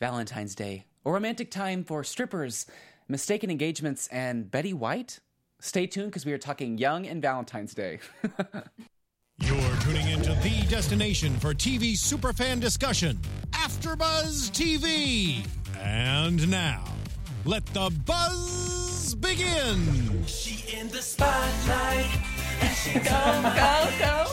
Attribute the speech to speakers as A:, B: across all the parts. A: Valentine's Day, a romantic time for strippers, mistaken engagements, and Betty White? Stay tuned because we are talking Young and Valentine's Day.
B: You're tuning into the destination for TV superfan discussion, AfterBuzz TV. And now, let the buzz begin.
C: She in the spotlight, and she come
D: Go, go.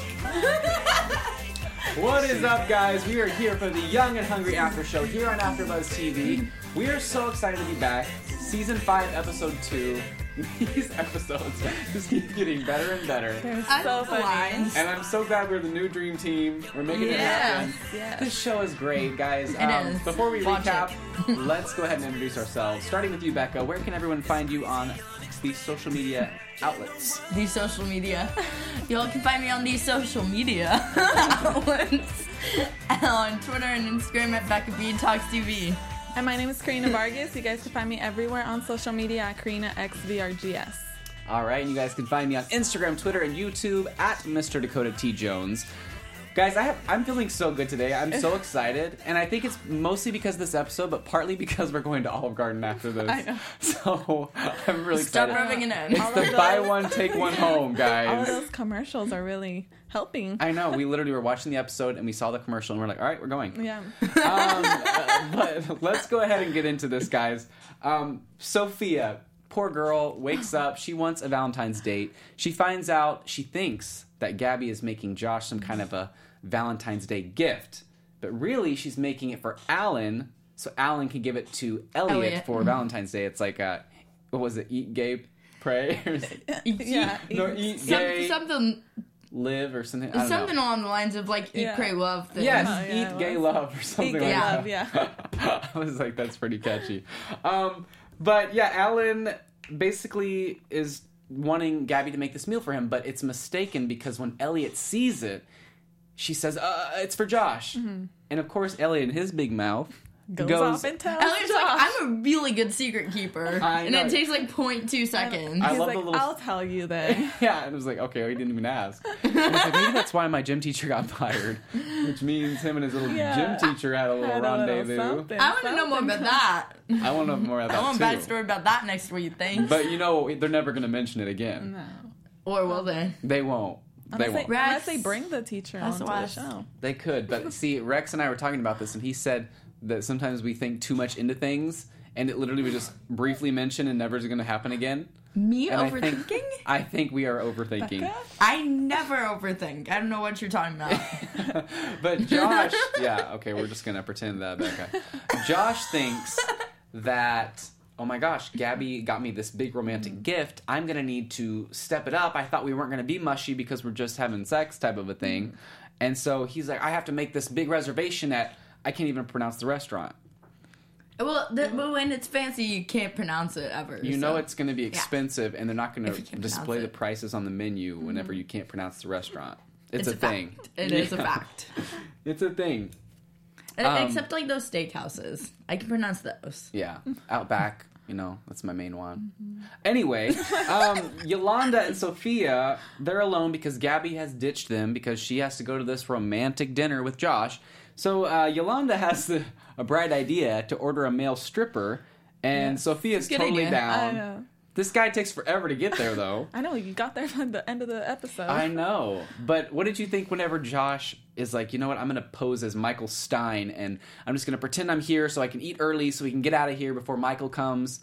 A: What is up, guys? We are here for the Young and Hungry After Show here on AfterBuzz TV. We are so excited to be back. Season five, episode two. These episodes just keep getting better and better.
D: so funny.
A: And I'm so glad we're the new dream team. We're making it
D: Yes,
A: happen.
D: yes.
A: This show is great, guys. Um,
D: is.
A: Before we
D: Watch
A: recap, let's go ahead and introduce ourselves. Starting with you, Becca. Where can everyone find you on the social media outlets?
D: The social media. Y'all can find me on these social media outlets. on Twitter and Instagram at Becca B Talks TV.
E: And my name is Karina Vargas. You guys can find me everywhere on social media at Karina XVRGS.
A: All right, and you guys can find me on Instagram, Twitter, and YouTube at Mr. Dakota T Jones. Guys, I have, I'm feeling so good today. I'm so excited, and I think it's mostly because of this episode, but partly because we're going to Olive Garden after this.
E: I know.
A: So I'm really
D: Stop
A: excited.
D: rubbing it in.
A: It's
E: All
A: the
E: of
A: buy
E: those-
A: one take one home,
E: All of
A: guys.
E: those commercials are really helping.
A: I know. We literally were watching the episode and we saw the commercial and we're like, all right, we're going.
E: yeah.
A: Um, uh, but let's go ahead and get into this, guys. Um, Sophia, poor girl, wakes up. She wants a Valentine's date. She finds out, she thinks that Gabby is making Josh some kind of a Valentine's Day gift. But really, she's making it for Alan so Alan can give it to Elliot,
D: Elliot. Mm-hmm.
A: for Valentine's Day. It's like, uh what was it? Eat, gay, pray? Or is it-
E: Yeah.
A: no, eat,
D: Some,
A: gay,
D: something
A: live, or something. I don't
D: something
A: know.
D: along the lines of like eat,
E: Yeah.
D: pray, love. Thing.
A: Yes,
E: Oh, yeah,
A: eat
E: it
A: gay
E: was.
A: love or something
E: Eat
A: like
E: gay
A: that.
E: love, yeah.
A: I was like, that's pretty catchy. Um, but yeah, Alan basically is wanting Gabby to make this meal for him, but it's mistaken because when Elliot sees it, she says, uh, it's for Josh. And of course, Elliot in his big mouth
E: Mm-hmm. Goes,
A: goes,
E: off and tells
D: Elliot's like,
E: Josh.
D: I'm a really good secret keeper.
A: I
D: and
A: know.
D: it takes like 0.2 seconds.
A: I
E: He's
A: love the
E: like,
A: little-
E: I'll tell you then.
A: yeah, and it was like, okay, he didn't even ask. And I was like, maybe that's why my gym teacher got fired, which means him and his little
E: Yeah.
A: gym teacher had a little
E: Had a little
A: rendezvous.
E: something,
D: I want to know more
E: something.
D: about that.
A: I want to know more about that
D: I want a
A: too.
D: bad story about that next week, thanks.
A: But you know, they're never going to mention it again.
D: or will they?
A: They won't. They
E: Unless
A: won't.
E: they, unless they
D: Rex.
E: bring the teacher
D: That's
E: onto the
D: Wes.
E: show.
A: They could, but see, Rex and I were talking about this, and he said that sometimes we think too much into things, and it literally was just briefly mentioned and never is going to happen again.
D: Me
A: And I
D: overthinking?
A: think, I think we are overthinking.
D: I never overthink. I don't know what you're talking about.
A: But Josh, yeah, okay, we're just going to pretend that, Becca. Josh thinks that. Oh my gosh, Gabby got me this big
D: Mm-hmm.
A: romantic gift. I'm gonna need to step it up. I thought we weren't gonna be mushy because we're just having sex type of a
D: Mm-hmm.
A: thing. And so he's like, I have to make this big reservation at, I can't even pronounce the restaurant.
D: well, the, but when it's fancy, you can't pronounce it ever.
A: You
D: so.
A: know it's going to be expensive, and they're not going
D: If you
A: to
D: can't
A: display the
D: pronounce it. Mm-hmm.
A: prices on the menu whenever you can't pronounce the restaurant. It's, a, thing.
D: Fact. It is a
A: Yeah. Um,
D: fact.
A: It's a thing.
D: Uh, Except like those steakhouses. I can pronounce those.
A: Yeah, out back. You know, that's my main one.
E: Mm-hmm.
A: Anyway, um, Yolanda and Sophia, they're alone because Gabby has ditched them because she has to go to this romantic dinner with Josh. So uh, Yolanda has the, a bright idea to order a male stripper, and Sophia's
D: Good
A: totally
D: idea.
A: down.
E: I know.
A: This guy takes forever to get there, though.
E: I know, you got there at the end of the episode.
A: I know. But what did you think whenever Josh is like, you know what, I'm going to pose as Michael Stein and I'm just going to pretend I'm here so I can eat early so we can get out of here before Michael comes?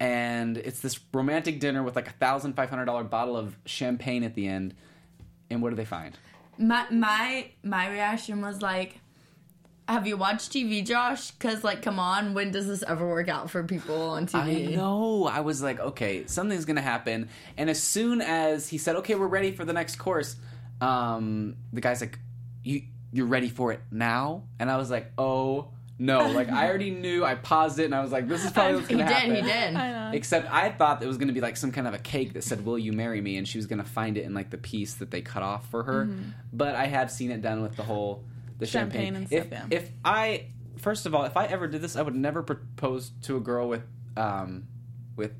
A: And it's this romantic dinner with like a $1,500 bottle of champagne at the end. And what do they find?
D: My my my reaction was like, "Have you watched TV, Josh? Because like, come on, when does this ever work out for people on
A: I
D: TV?"
A: know. I was like, okay, something's going to happen. And as soon as he said, okay, we're ready for the next course, um, the guy's like, you, you're ready for it now? And I was like, oh no. Like, I already knew. I paused it and I was like, this is probably what's
D: He
A: going to
D: did.
A: happen.
D: He did.
E: I know.
A: Except I thought it was going to be like some kind of a cake that said, will you marry me? And she was going to find it in like the piece that they cut off for her. But I have seen it done with the whole, the champagne.
E: Mm-hmm. Champagne and
A: if,
E: stuff, yeah.
A: if I, first of all, if I ever did this, I would never propose to a girl with, um, with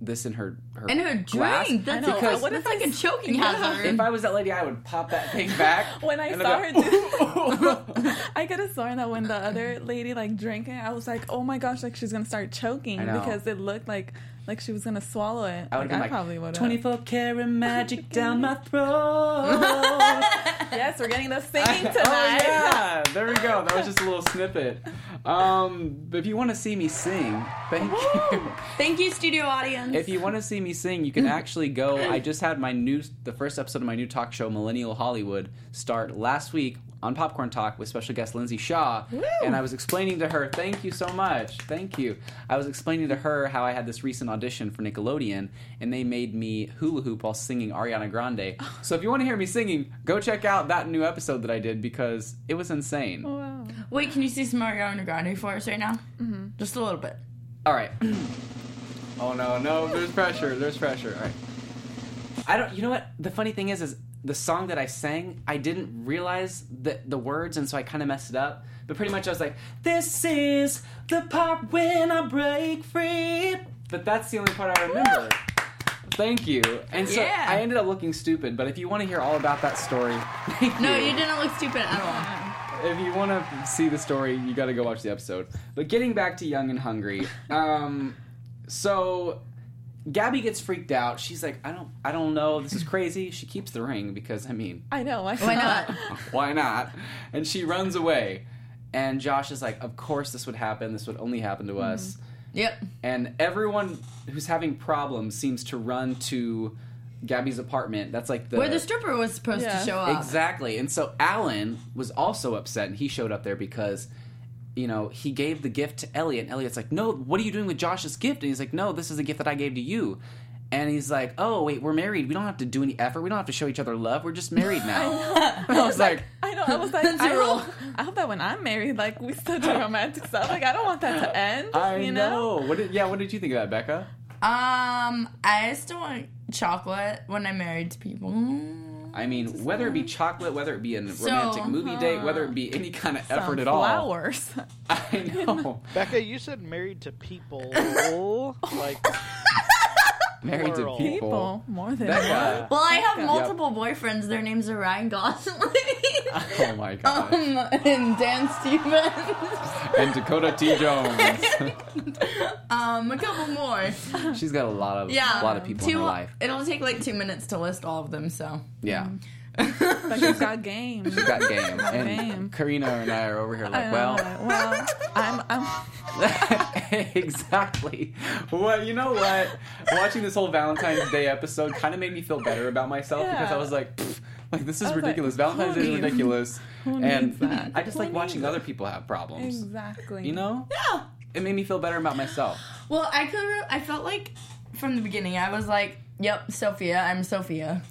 A: this in her her
D: And her drink.
A: glass.
D: That's,
E: know.
A: because
D: what
E: What if
D: if like a choking
A: if
D: hazard?
A: I was that lady, I would pop that thing back.
E: When I
A: and
E: saw
A: I'd
E: her
A: be
E: do
A: like,
E: I could have sworn that when the other lady like drank it, I was like, oh my gosh, like she's gonna start choking
A: I know.
E: because it looked like like she was gonna swallow it.
A: I
E: like,
A: would have
E: I
A: like,
E: probably would have.
A: 24 karat magic down my throat.
E: Yes, we're getting the singing tonight.
A: Oh yeah, there we go. That was just a little snippet. Um, but if you want to see me sing, thank you.
D: Thank you, studio audience.
A: If you want to see me sing, you can actually go. I just had my new, the first episode of my new talk show, Millennial Hollywood, start last week on Popcorn Talk with special guest Lindsay Shaw. And I was explaining to her, thank you so much, thank you. I was explaining to her how I had this recent audition for Nickelodeon, and they made me hula hoop while singing Ariana Grande. So if you want to hear me singing, go check out that new episode that I did because it was insane.
E: Wow.
D: Wait, can you see some Ariana Grande for us right now? Mm-hmm. Just a little bit.
A: All right. oh no, no, there's pressure. There's pressure. All right. I don't. You know what? The funny thing is, is the song that I sang, I didn't realize the the words, and so I kind of messed it up. But pretty much, I was like, "This is the part when I break free." But that's the only part I remember. Thank you. And so
D: Yeah.
A: I ended up looking stupid. But if you want to hear all about that story, thank
D: No, you didn't look stupid at all.
A: if you want to see the story, you got to go watch the episode. But getting back to Young and Hungry, um, so Gabby gets freaked out. She's like, "I don't, I don't know. This is crazy." She keeps the ring because, I mean,
E: I know. Why,
D: Why not?
A: why not? And she runs away. And Josh is like, "Of course, this would happen. This would only happen to us."
D: Mm-hmm. Yep.
A: and everyone who's having problems seems to run to Gabby's apartment. That's like the
D: Where the stripper was supposed
E: Yeah.
D: to show up.
A: Exactly. And so Alan was also upset and he showed up there because, you know, he gave the gift to Elliot. And Elliot's like, no, what are you doing with Josh's gift? And he's like, no, this is the gift that I gave to you. And he's like, oh, wait, we're married. We don't have to do any effort. We don't have to show each other love. We're just married now. I, I was like,
E: I know. I was like, I
D: Zero.
E: hope, I hope that when I'm married, like we still do romantic stuff. Like I don't want that to end.
A: I
E: you know.
A: know. What did, yeah, what did you think of that, Becca?
D: Um, I still want chocolate when I'm married to people.
A: I mean, whether it be chocolate, whether it be a romantic movie
E: uh,
A: date, whether it be any kind of effort at all.
E: Um, Flowers.
A: I know.
F: Becca, you said married to people. like,
A: Married to
F: Plural.
A: people.
E: People more than
A: Becca.
D: Well, I have multiple boyfriends. Their names are Ryan Gosling
A: Oh my gosh.
D: um, and Dan Stevens.
A: and Dakota T. Jones.
D: Um, a couple more.
A: She's got a lot of
D: Yeah,
A: a lot of people
D: two,
A: in her life.
D: It'll take like two minminutes to list all of them. So
A: Yeah,
E: Like she's got game.
A: she's got game. And
E: Game.
A: Karina and I are over here
E: I
A: like,
E: know,
A: well,
E: like, well, I'm, I'm.
A: exactly. Well, you know what? Watching this whole Valentine's Day episode kind of made me feel better about myself because
E: Yeah.
A: I was like. "Pfft, Like this is
E: was like,
A: ridiculous. Valentine's
E: who
A: Day is
E: needs-
A: ridiculous,
E: needs
A: and
E: that?
A: I just
E: Who
A: like watching
E: needs
A: other people have problems.
E: Exactly.
A: You know? Yeah. It made me feel better about myself.
D: Well, I could. re- I felt like from the beginning, I was like, "Yep, Sophia. I'm Sophia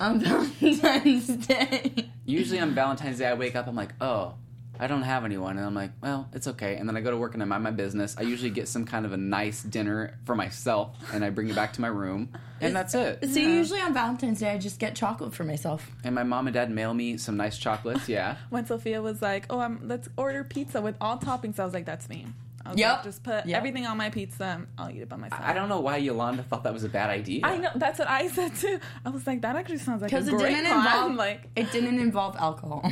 D: on Valentine's Day."
A: Usually on Valentine's Day, I wake up, I'm like, oh, I don't have anyone. And I'm like, well, it's okay. And then I go to work and I mind my business. I usually get some kind of a nice dinner for myself and I bring it back to my room. And that's it.
D: So usually on Valentine's Day, I just get chocolate for myself.
A: And my mom and dad mail me some nice chocolates. Yeah.
E: when Sophia was like, "Oh, I'm, let's order pizza with all toppings," I was like, "That's me." I was
D: Yep.
E: like, just put
D: Yep.
E: everything on my pizza. and I'll eat it by myself.
A: I don't know why Yolanda thought that was a bad idea.
E: I know. That's what I said too. I was like, "That actually sounds like a
D: Because it
E: great
D: didn't
E: plan."
D: involve
E: Like,
D: it didn't involve alcohol.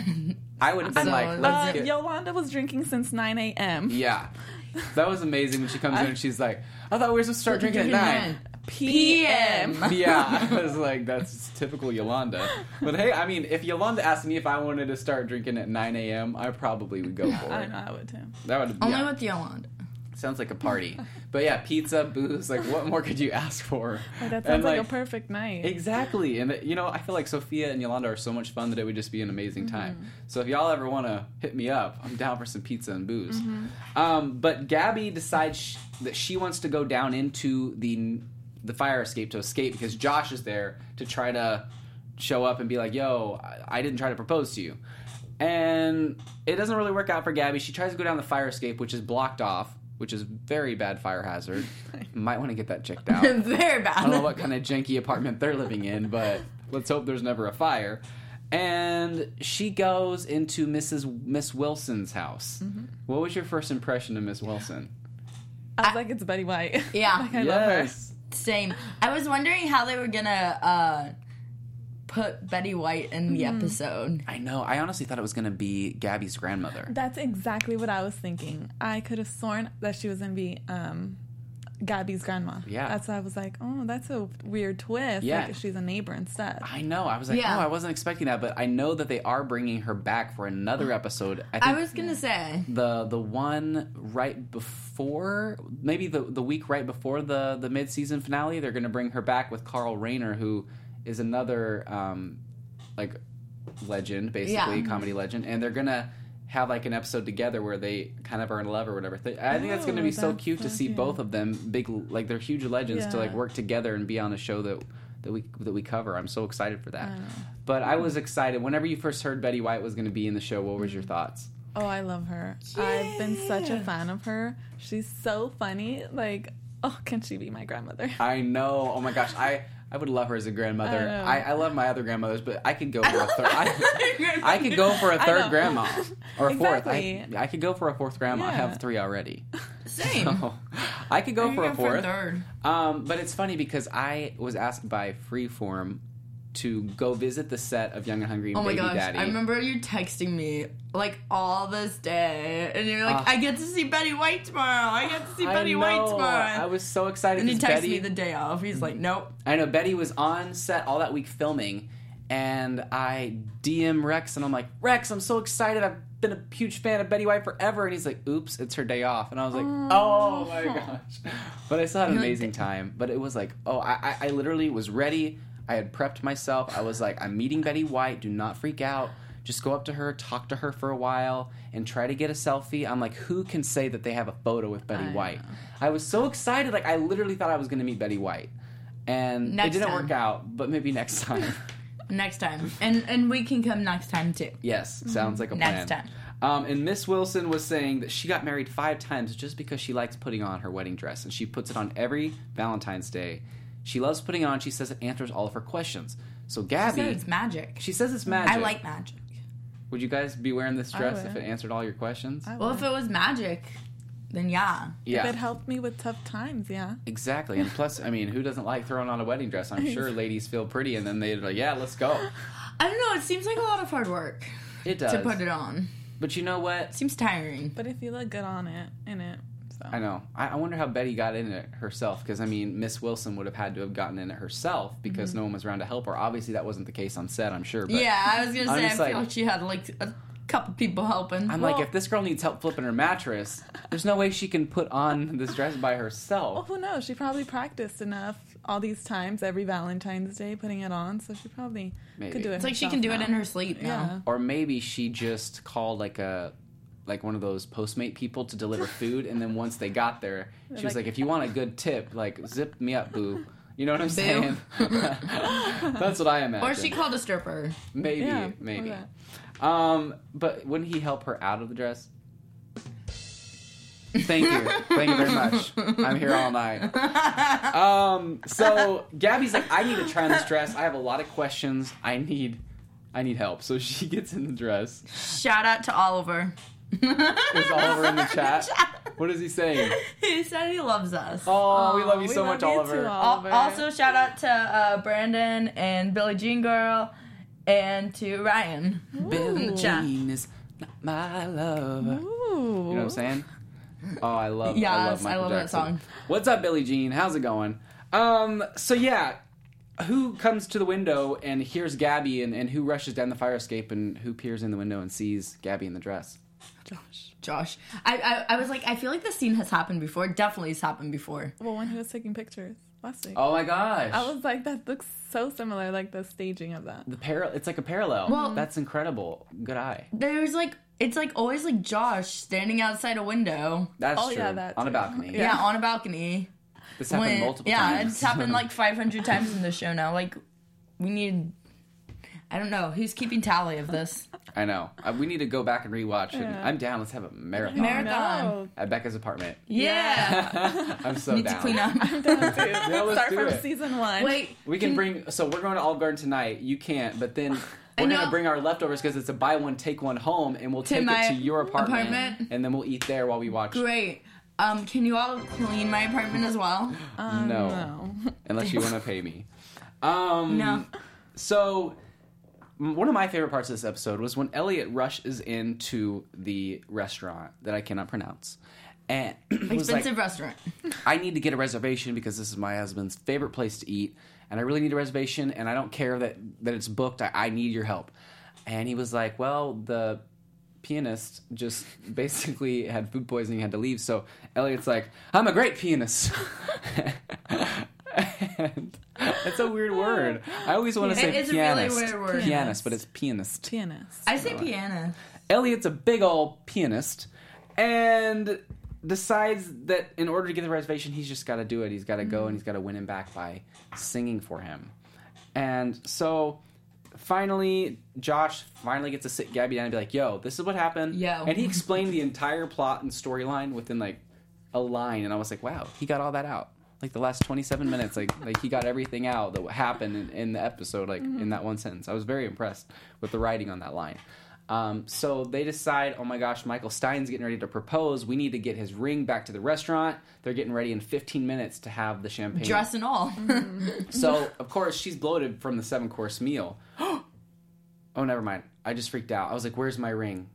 A: I would have been
D: So,
A: like,
E: uh,
A: let's get.
E: Yolanda was drinking since 9 a.m.
A: Yeah. That was amazing when she comes in and she's like, I thought we were supposed to start drinking at 9.
E: p.m.
A: yeah, I was like, that's typical Yolanda. But hey, I mean, if Yolanda asked me if I wanted to start drinking at 9 a.m., I probably would go for
E: I
A: it.
E: know I would too.
A: That would
D: Only
A: yeah,
D: with Yolanda.
A: sounds like a party. But yeah, pizza, booze, like what more could you ask for?
E: That
A: And,
E: sounds like, a perfect night.
A: Exactly, and you know, I feel like Sophia and Yolanda are so much fun that it would just be an amazing time. So if y'all ever want to hit me up, I'm down for some pizza and booze. Um, but Gabby decides sh- that she wants to go down into the the fire escape to escape because Josh is there to try to show up and be like, "Yo, I, I didn't try to propose to you," and it doesn't really work out for Gabby. She tries to go down the fire escape, which is blocked off. Which is very bad fire hazard. Might want to get that checked out.
D: Very bad.
A: I don't know what kind of janky apartment they're living in, but let's hope there's never a fire. And she goes into Mrs. Miss Wilson's house. What was your first impression of Miss Wilson?
E: I was like, "It's Betty White."
D: Yeah.
E: I love her.
D: Same. I was wondering how they were gonna uh, put Betty White in the
A: Mm-hmm.
D: episode.
A: I know. I honestly thought it was going to be Gabby's grandmother.
E: That's exactly what I was thinking. I could have sworn that she was gonna be um, Gabby's grandma.
A: Yeah.
E: that's why I was like, oh, that's a weird twist.
A: Yeah.
E: like, she's a neighbor instead.
A: I know. I was like,
D: Yeah.
A: oh, I wasn't expecting that, but I know that they are bringing her back for another episode. I think
D: I was gonna say
A: the the one right before, maybe the the week right before the the mid season finale, they're going to bring her back with Carl Rayner, who is another um like legend, basically
D: Yeah.
A: comedy legend, and they're gonna have like an episode together where they kind of are in love or whatever. Th- I think that's going to
E: Oh,
A: be so
E: that's
A: cute to
E: so
A: see
E: cute.
A: both of them, big like they're huge legends, to
E: Yeah.
A: like work together and be on a show that that we that we cover. I'm so excited for that. But I was excited whenever you first heard Betty White was going to be in the show. What was your thoughts?
E: Oh, I love her. I've been such a fan of her. She's so funny. Like, oh, can she be my grandmother?
A: I know. Oh my gosh, I I would love her as a grandmother.
E: I know.
A: I, I, love my other grandmothers, but I could go for a third. I, I could go for a third
E: know.
A: grandma or a fourth. I,
E: Exactly.
A: I could go for a fourth grandma. I
E: Yeah.
A: have three already.
D: same.
A: I could go
D: You
A: for
D: go
A: a fourth.
D: third.
A: Um, but it's funny because I was asked by Freeform to go visit the set of Young and Hungry and
D: Oh my
A: Baby
D: gosh!
A: Daddy.
D: I remember you texting me like all this day, and you're like,
A: Ah.
D: "I get to see Betty White tomorrow. I get to see
A: I
D: Betty White
A: know. I
D: tomorrow."
A: was so excited.
D: and he
A: 'cause
D: texted
A: Betty,
D: me the day off. He's like, "Nope."
A: I know Betty was on set all that week filming, and I DM Rex and I'm like, Rex, I'm so excited. I've been a huge fan of Betty White forever, and he's like, Oops, it's her day off, and I was like, Oh my gosh! But I still had an amazing time. But it was like, oh, I, I, I literally was ready. I had prepped myself. I was like, I'm meeting Betty White. Do not freak out. Just go up to her, talk to her for a while, and try to get a selfie. I'm like, who can say that they have a photo with Betty White? I was so excited. Like, I literally thought I was going to meet Betty White and
D: Next
A: it didn't
D: time.
A: work out, but maybe next time.
D: Next time, and and we can come next time too.
A: yes, sounds like a plan.
D: Mm-hmm. Next time.
A: Um, and Miss Wilson was saying that she got married five times just because she likes putting on her wedding dress, and she puts it on every Valentine's Day. She loves putting it on. She says it answers all of her questions. So Gabby,
D: So it's magic.
A: she says it's magic.
D: I like magic.
A: Would you guys be wearing this dress if
E: would.
A: it answered all your questions?
D: Well, if it was magic, then yeah.
A: yeah,
E: It helped me with tough times. Yeah.
A: exactly. And plus, I mean, who doesn't like throwing on a wedding dress? I'm sure ladies feel pretty, and then they're like, "Yeah, let's go."
D: I don't know. It seems like a lot of hard work
A: It does.
D: to put it on.
A: But you know what?
D: Seems tiring.
E: But if you look good on it, in it, so
A: I know. I, I wonder how Betty got in it herself because I mean, Miss Wilson would have had to have gotten in it herself because no one was around to help her. Obviously, that wasn't the case on set. I'm sure. But
D: Mm-hmm. yeah, I was gonna
A: I'm
D: say. I
A: just
D: feel
A: like-
D: like she had like a couple people helping.
A: I'm
D: Well,
A: like, if this girl needs help flipping her mattress, there's no way she can put on this dress by
E: Well,
A: herself.
E: Oh, who knows? She probably practiced enough all these times every Valentine's Day putting it on, so she probably
A: Maybe.
E: could do it.
A: It's
D: it's like she
E: herself
D: can do it
E: now.
D: in her sleep.
E: Yeah.
D: Yeah.
A: Or maybe she just called like a like one of those Postmate people to deliver food, and then once they got there, she was
E: like-
A: like, "If you want a good tip, like zip me up, boo." You know what I'm saying? That's what I imagine.
D: Or she called a stripper.
A: maybe,
E: Yeah, or
A: maybe.
E: that.
A: Um, but wouldn't he help her out of the dress? Thank you. Thank you very much. I'm here all night. Um, so Gabby's like, I need to try on this dress. I have a lot of questions. I need I need help. So she gets in the dress.
D: Shout out to Oliver.
A: Is Oliver in the chat? What is he saying?
D: He said he loves us.
A: Oh, we love you
E: we
A: so
E: love
A: much,
E: you too,
A: Oliver.
E: Oliver.
D: Al- Also, shout out to uh, Brandon and Billie Jean Girl and to Ryan.
A: Billie
D: Chat.
A: Jean is not my lover.
E: Ooh.
A: You know what I'm saying? Oh, I love. I love,
D: Yes, I
A: Michael
D: love that
A: Jackson.
D: song.
A: What's up, Billie Jean? How's it going? Um, so yeah, who comes to the window and hears Gabby, and, and who rushes down the fire escape, and who peers in the window and sees Gabby in the dress?
D: Josh. I, I I was like, I feel like this scene has happened before. Definitely has happened before.
E: Well, when he was taking pictures last week,
A: Oh my gosh!
E: I was like, that looks so similar, like the staging of that.
A: the paral- It's like a parallel.
D: Well-
A: that's incredible. Good eye.
D: There's like it's like always like Josh standing outside a window.
A: That's
E: Oh,
A: true.
E: yeah, that
A: On a
E: too.
A: balcony.
D: Yeah, on a balcony.
A: This happened
D: When-
A: multiple
D: yeah,
A: times.
D: it's happened like 500 times in the show now. Like we need I don't know who's keeping tally of this.
A: I know. Uh, We need to go back and rewatch. it. I'm down. Let's have a marathon
D: Marathon.
E: No,
A: at Becca's apartment.
D: Yeah.
A: I'm so
D: Need
A: down.
D: to clean up.
A: Yeah, let's
E: start
A: do
E: from
A: it.
E: season one.
D: Wait.
A: We can bring. So we're going to Olive Garden tonight. You can't, but then we're going
D: know.
A: to bring our leftovers because it's a buy one take one home, and we'll take
D: my
A: it to your apartment,
D: apartment.
A: and then we'll eat there while we watch.
D: Great. Um, can you all clean my apartment as well?
A: no.
E: No.
A: Unless you want to pay me. Um,
D: No.
A: So, m- one of my favorite parts of this episode was when Elliot rushes into the restaurant that I cannot pronounce. And was like,
D: Expensive restaurant.
A: I need to get a reservation because this is my husband's favorite place to eat, and I really need a reservation, and I don't care that that it's booked. I, I need your help. And he was like, "Well, the pianist just basically had food poisoning, had to leave." So Elliot's like, "I'm a great pianist." and that's a weird word. I always want to say
D: It is a really
A: pianist,
D: weird word.
A: pianist, but it's pianist.
E: Pianist.
D: I say piano.
A: Elliot's a big old pianist and decides that in order to get the reservation, he's just got to do it. He's got to go and he's got to win him back by singing for him. And so finally, Josh finally gets to sit Gabby down and be like, yo, this is what happened.
D: Yo.
A: And he explained the entire plot and storyline within like a line. And I was like, wow, he got all that out. Like the last 27 minutes, like like he got everything out that happened in, in the episode, like in that one sentence. I was very impressed with the writing on that line. Um, so they decide, oh my gosh, Michael Stein's getting ready to propose. We need to get his ring back to the restaurant. They're getting ready in 15 minutes to have the champagne.
D: Dress and all.
A: So, of course, she's bloated from the seven course meal. oh, never mind. I just freaked out. I was like, where's my ring?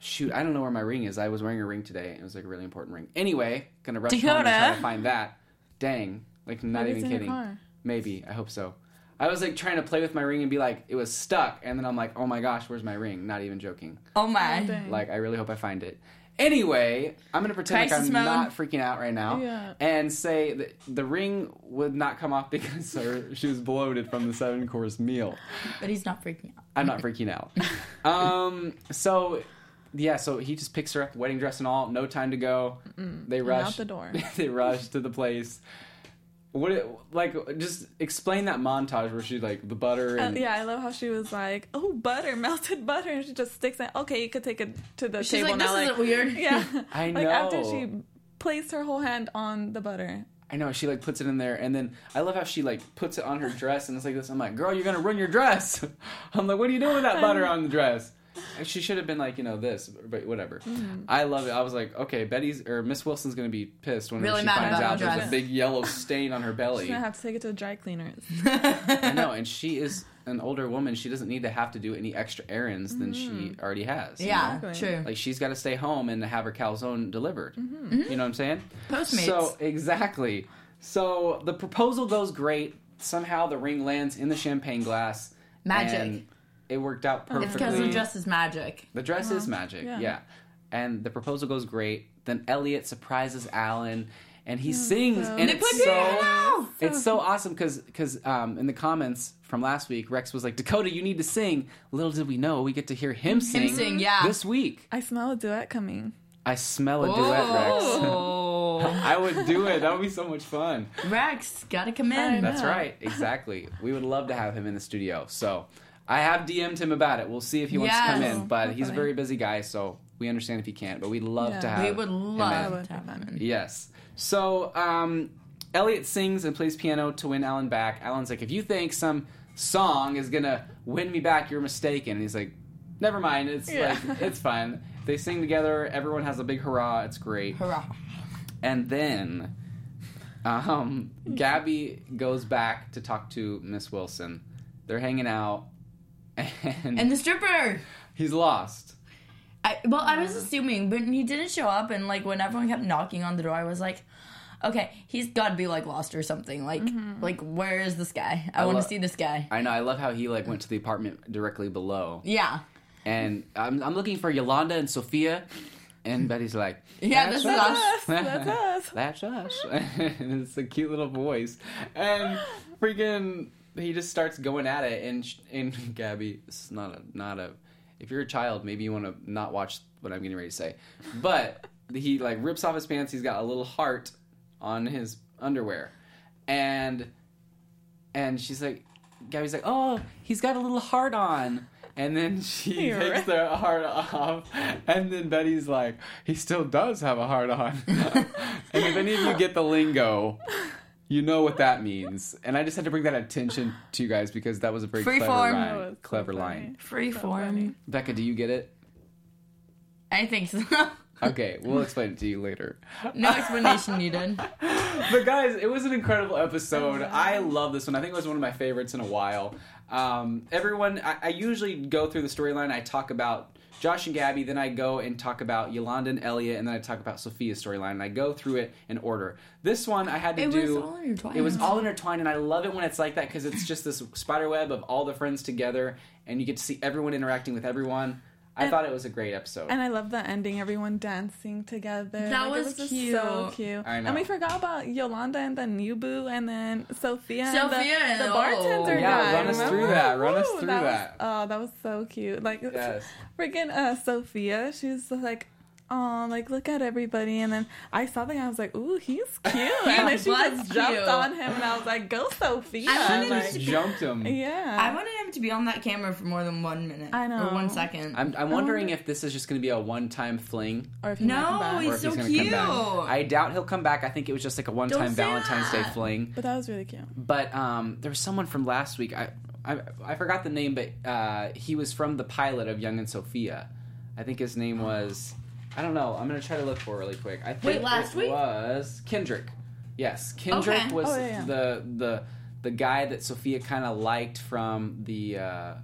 A: Shoot, I don't know where my ring is. I was wearing a ring today. and It was like a really important ring. Anyway, gonna rush home and try
D: Dakota.
A: to find that. Dang. Like, not
E: Maybe
A: even
E: it's in your
A: kidding.
E: car.
A: Maybe. I hope so. I was like trying to play with my ring and be like, it was stuck. And then I'm like, oh my gosh, where's my ring? Not even joking.
D: oh my.
E: Dang.
A: Like, I really hope I find it. Anyway, I'm gonna pretend
D: Crisis
A: like I'm
D: mode.
A: not freaking out right now,
E: Yeah.
A: and say that the ring would not come off because her, she was bloated from the seven course meal.
D: But he's not freaking out.
A: I'm not freaking out. Um, so yeah, so he just picks her up, wedding dress and all. No time to go. They rush
E: out the door.
A: they rush to the place. What it, like? Just explain that montage where she like the butter
E: Uh,
A: and
E: yeah, I love how she was like, "Oh, butter, melted butter," and she just sticks it. Okay, you could take it to the
D: She's
E: table
D: like,
E: now.
D: this isn't weird.
E: yeah,
A: I
E: Like after
A: know.
E: she placed her whole hand on the butter,
A: I know she like puts it in there, and then I love how she like puts it on her dress, and it's like this. I'm like, girl, you're gonna ruin your dress. I'm like, what are you doing with that butter on the dress? And She should have been like, you know, this, but whatever.
D: Mm-hmm.
A: I love it. I was like, okay, Betty's or Miss Wilson's gonna be pissed when
D: Really
A: she
D: mad
A: finds
D: about
A: out
D: the
A: there's a
D: dress.
A: big yellow stain on her belly.
E: she's gonna have to take it to the dry cleaners.
A: I know, and she is an older woman. She doesn't need to have to do any extra errands than she already has. you
D: Mm-hmm. Yeah,
E: Exactly.
D: true.
A: like she's got to stay home and have her calzone delivered. You know what I'm saying?
D: Mm-hmm. Postmates.
A: So exactly. So the proposal goes great. Somehow the ring lands in the champagne glass.
D: Magic.
A: and it worked out
D: it's because Uh-huh.
A: perfectly.
D: the dress is magic.
A: The dress is magic. Yeah.
E: yeah.
A: And the proposal goes great. Then Elliot surprises Alan. And he sings, and
E: They
A: it's
D: Oh, put piano!
A: so it's so awesome because um, in the comments from last week, Rex was like, "Dakota, you need to sing." Little did we know, we get to hear him sing,
D: sing, yeah.
A: this week.
E: I smell a duet coming.
A: I smell a duet, Rex.
D: Oh,
A: I would do it. That would be so much fun.
D: Rex, gotta come in.
A: That's right. Exactly. We would love to have him in the studio. So I have DM'd him about it. We'll see if he wants to come
D: Yes.
A: in, but he's a
E: Okay.
A: very busy guy, so we understand if he can't, but we'd love to
E: Yeah.
A: have
D: We would love
A: him
D: to have him
A: in.
D: in.
A: Yes. So um, Elliot sings and plays piano to win Alan back. Alan's like, if you think some song is going to win me back, you're mistaken. And he's like, never mind. It's
E: Yeah.
A: like, it's fun. They sing together. Everyone has a big hurrah. It's great.
D: Hurrah.
A: And then um, Gabby goes back to talk to Miss Wilson. They're hanging out, and,
D: And the stripper.
A: he's lost.
D: I, well, I was assuming, but he didn't show up. And like when everyone kept knocking on the door, I was like, okay, he's got to be like lost or something. Like, like where is this guy? Mm-hmm. I, want
A: lo-
D: to see this guy.
A: I know. I love how he like went to the apartment directly below,
D: yeah,
A: and I'm, I'm looking for Yolanda and Sophia, and Betty's like,
D: yeah, this is us.
A: That's us. That's us. and it's a cute little voice. And freaking, he just starts going at it. And sh- and Gabby, this is not a not a. If you're a child, maybe you want to not watch what I'm getting ready to say. But he like rips off his pants. He's got a little heart on his underwear, and and she's like, Gabby's like, oh, he's got a little heart on. And then she
E: You're
A: takes
E: right.
A: the heart off, and then Betty's like, he still does have a heart on. and if any of you get the lingo, you know what that means. And I just had to bring that attention to you guys because that was a very
D: Free
A: clever,
D: form.
A: line-
E: That was so
A: clever
E: funny.
A: line.
D: Free form.
E: funny.
A: Becca, do you get it?
D: I think so.
A: Okay, we'll explain it to you later.
D: No explanation needed.
A: But guys, it was an incredible episode. I love this one. I think it was one of my favorites in a while. Um, everyone, I, I usually go through the storyline. I talk about Josh and Gabby, then I go and talk about Yolanda and Elliot, and then I talk about Sophia's storyline. And I go through it in order. This one I had to
D: It was
A: do.
D: all intertwined.
A: It was all intertwined, and I love it when it's like that because it's just this spider web of all the friends together, and you get to see everyone interacting with everyone. I thought it was a great episode.
E: And I love the ending, everyone dancing together.
D: That
E: Like, it
D: was
E: just
D: cute.
E: so cute.
A: I know.
E: And we forgot about Yolanda and the new boo and then Sophia,
D: Sophia
E: and
D: and-
E: the, the
D: oh.
E: bartender
D: Yeah,
E: guy.
D: run us
E: remember?
A: through that, run us
E: Woo,
A: through that.
E: Was, oh, that was so cute. Like
A: Yes.
E: freaking uh, Sophia, she's like Oh, like look at everybody, and then I saw the guy. I was like, "Ooh, he's cute!" and then she
D: was
E: just jumped
D: cute.
E: on him, and I was like, "Go, Sophia!"
D: I wanted
E: Like,
A: Just jumped him.
E: yeah,
D: I wanted him to be on that camera for more than one minute.
E: I know.
D: Or one second.
A: I'm, I'm
D: Oh.
A: wondering if this is just going to be a one-time fling
E: or if he might come
D: no,
E: back.
A: or
D: he's
A: if
D: so
A: he's
D: cute.
A: gonna come back. I doubt he'll come back. I think it was just like a one-time
D: say
A: Valentine's Day
D: that.
A: fling.
E: but that was really cute.
A: But um, there was someone from last week. I I, I forgot the name, but uh, he was from the pilot of Young and Sophia. I think his name was. I don't know. I'm gonna try to look for it really quick. I think
D: Wait, last
A: it
D: week?
A: was Kendrick. Yes, Kendrick
D: Okay.
A: was
E: Oh, yeah, yeah.
A: the the the guy that Sophia kind of liked from the. Uh,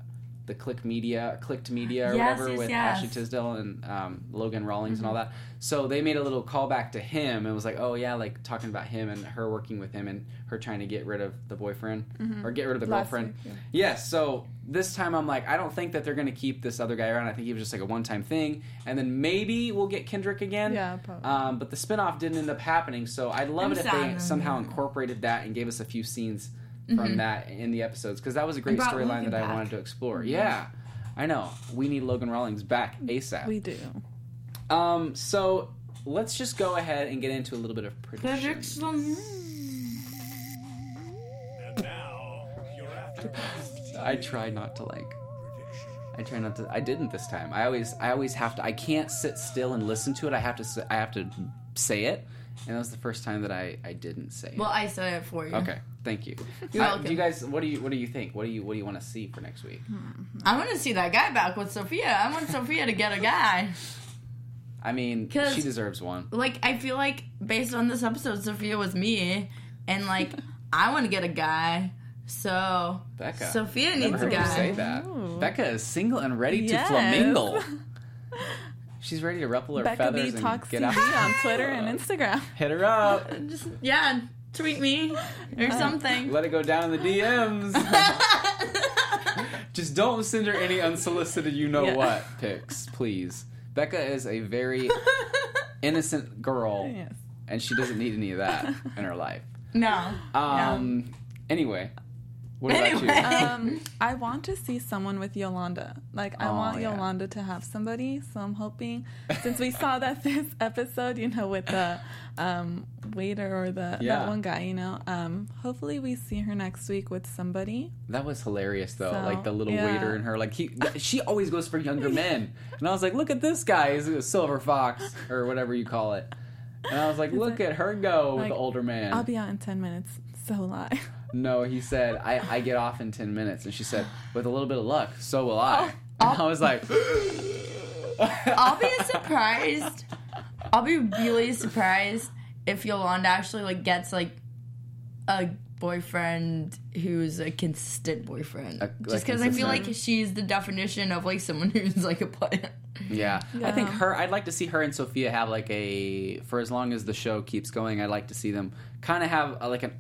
A: the Click Media, Clicked Media, or
D: Yes,
A: whatever,
D: yes,
A: with
D: yes.
A: Ashley Tisdale and um, Logan Rawlings and all
D: Mm-hmm.
A: that. So they made a little callback to him and was like, "Oh yeah, like talking about him and her working with him and her trying to get rid of the boyfriend
D: Mm-hmm.
A: or get rid of the
E: Last
A: girlfriend."
E: week,
A: Yes. so this time I'm like, I don't think that they're gonna keep this other guy around. I think he was just like a one-time thing, and then maybe we'll get Kendrick again.
E: Yeah, probably.
A: Um, but the spinoff didn't end up happening, so I'd love
D: I'm
A: it if
D: sad. Mm-hmm.
A: they somehow incorporated that and gave us a few scenes from that in the episodes because that was a great
D: brought
A: storyline
D: Logan
A: that I
D: back. Mm-hmm.
A: wanted to explore. Yeah, I know. We need Logan Rawlings back ASAP.
E: We do.
A: um, so let's just go ahead and get into a little bit of predictions.
B: And now, your after
A: I try not to like. I try not to. I didn't this time. I always, I always have to. I can't sit still and listen to it. I have to. s- I have to say it. And that was the first time that I, I didn't say it.
D: Well, I said it for you.
A: Okay, thank you.
D: You're
A: Uh,
D: welcome.
A: do you guys? What do you? What do you think? What do you? What do you want to see for next week?
D: I want to see that guy back with Sophia. I want Sophia to get a guy.
A: I mean,
D: 'Cause-
A: she deserves one.
D: Like, I feel like based on this episode, Sophia was me, and like, I want to get a guy. So
A: Becca.
D: Sophia
A: Never
D: needs a
A: heard you say
D: guy.
A: that.
E: Ooh.
A: Becca is single and ready
E: Oh. Yes.
A: to flamingle. She's ready to ruffle her
E: Becca B
A: feathers and
E: talks
A: get
E: TV
A: out.
E: on Twitter and Instagram.
A: Hit her up.
D: Just yeah, tweet me or something.
A: Let it go down in the DMs. Just don't send her any unsolicited you know
E: Yeah.
A: what pics, please. Becca is a very innocent girl,
E: Yes.
A: and she doesn't need any of that in her life.
D: No.
A: Um. Anyway, what
D: Anyway.
A: about you?
E: Um, I want to see someone with Yolanda. Like, I
A: Oh,
E: want
A: yeah.
E: Yolanda to have somebody. So I'm hoping, since we saw that this episode, you know, with the um, waiter or the
A: Yeah.
E: that one guy, you know, um, hopefully we see her next week with somebody.
A: That was hilarious though.
E: So,
A: like the little
E: yeah.
A: waiter and her, like he, th- she always goes for younger men, and I was like, look at this guy, he's a silver fox or whatever you call it. And I was like, look at her go with
E: Like,
A: the older man.
E: I'll be out in 10 minutes. So lie.
A: no, he said, I, I get off in ten minutes, and she said, with a little bit of luck, so will I.
E: Oh,
A: and I was like,
D: I'll be surprised. I'll be really surprised if Yolanda actually like gets like a boyfriend who's a consistent boyfriend.
A: A- like,
D: Just because I feel
A: consistent.
D: like she's the definition of like someone who's like a player.
A: yeah. I think
E: Yeah.
A: her. I'd like to see her and Sophia have like a for as long as the show keeps going. I'd like to see them kind of have uh like an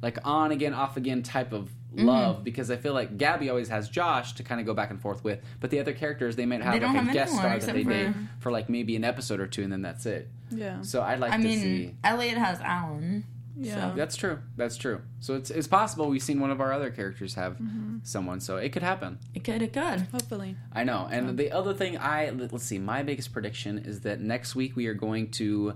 A: like on again, off again type of
D: Mm-hmm.
A: love because I feel like Gabby always has Josh to kind of go back and forth with, but the other characters they might have
D: They
A: like
D: don't
A: a
D: have
A: guest
D: anyone
A: star that
D: except
A: they
D: for-
A: date for like maybe an episode or two, and then that's it.
E: Yeah.
A: So I'd like
D: I
A: to
D: mean,
A: see.
D: Elliot has Alan.
E: Yeah.
A: That's true. That's true. So it's it's possible we've seen one of our other characters have
D: Mm-hmm.
A: someone, so it could happen.
D: It could, it could.
E: Hopefully.
A: I know. And the other thing I let- let's see, my biggest prediction is that next week we are going to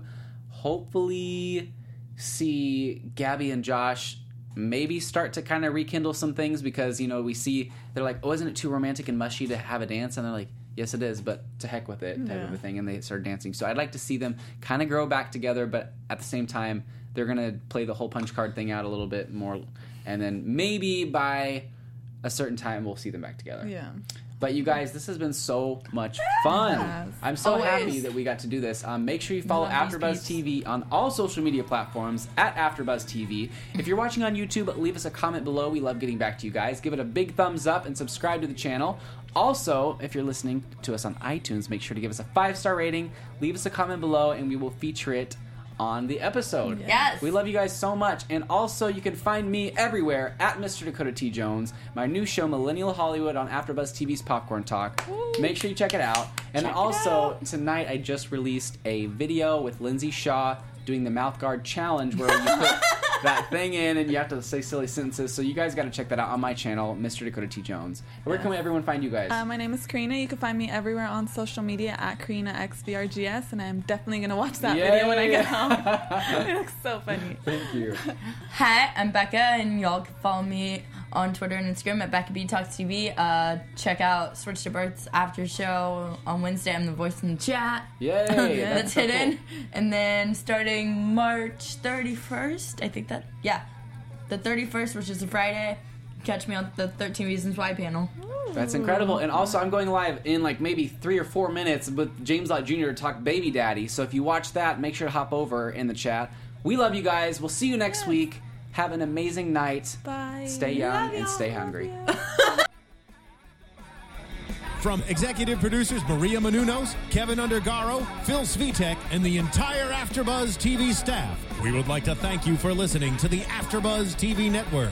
A: hopefully see Gabby and Josh maybe start to kind of rekindle some things because you know we see they're like, oh, isn't it too romantic and mushy to have a dance? And they're like. Yes, it is, but to heck with it, type of a thing, and they start dancing. So I'd like to see them kind of grow back together, but at the same time, they're gonna play the whole punch card thing out a little bit more, and then maybe by a certain time we'll see them back together.
E: Yeah.
A: But you guys, this has been so much fun.
E: Yes.
A: I'm so
D: Always.
A: happy that we got to do this. Um, make sure you follow
D: Love these
A: AfterBuzz TV on all social media platforms at AfterBuzz TV. If you're watching on YouTube, leave us a comment below. We love getting back to you guys. Give it a big thumbs up and subscribe to the channel. Also, if you're listening to us on iTunes, make sure to give us a five star rating. Leave us a comment below, and we will feature it on the episode.
D: Yes.
A: We love you guys so much. And also, you can find me everywhere at Mr. Dakota T. Jones, my new show, Millennial Hollywood, on AfterBuzz TV's Popcorn Talk. Make sure you check it out. And also, tonight I just released a video with Lindsay Shaw doing the mouth guard challenge where you put that thing in and you have to say silly sentences. So you guys got to check that out on my channel, Mr. Dakota T. Jones. Where can everyone find you guys?
E: Uh, my name is Karina. You can find me everywhere on social media at Karina XBRGS, and I'm definitely gonna watch that video when I get home. it looks so funny.
A: Thank you.
D: Hi, I'm Becca, and y'all can follow me on Twitter and Instagram at Becca B Talks TV. Uh, check out Switch to Birth's after show on Wednesday. I'm the voice in the chat.
A: Yay.
D: that's
A: Oh, so cool.
D: hidden. And then starting March 31st, I think that, yeah, the 31st, which is a Friday, catch me on the 13 Reasons Why panel.
A: That's incredible. And also, I'm going live in like maybe three or four minutes with James Lott Jr. to talk Baby Daddy. So if you watch that, make sure to hop over in the chat. We love you guys. We'll see you next week. Have an amazing night.
E: Bye.
A: Stay young and stay hungry.
G: From executive producers Maria Manunos, Kevin Undergaro, Phil Svitek, and the entire AfterBuzz TV staff, we would like to thank you for listening to the AfterBuzz TV network.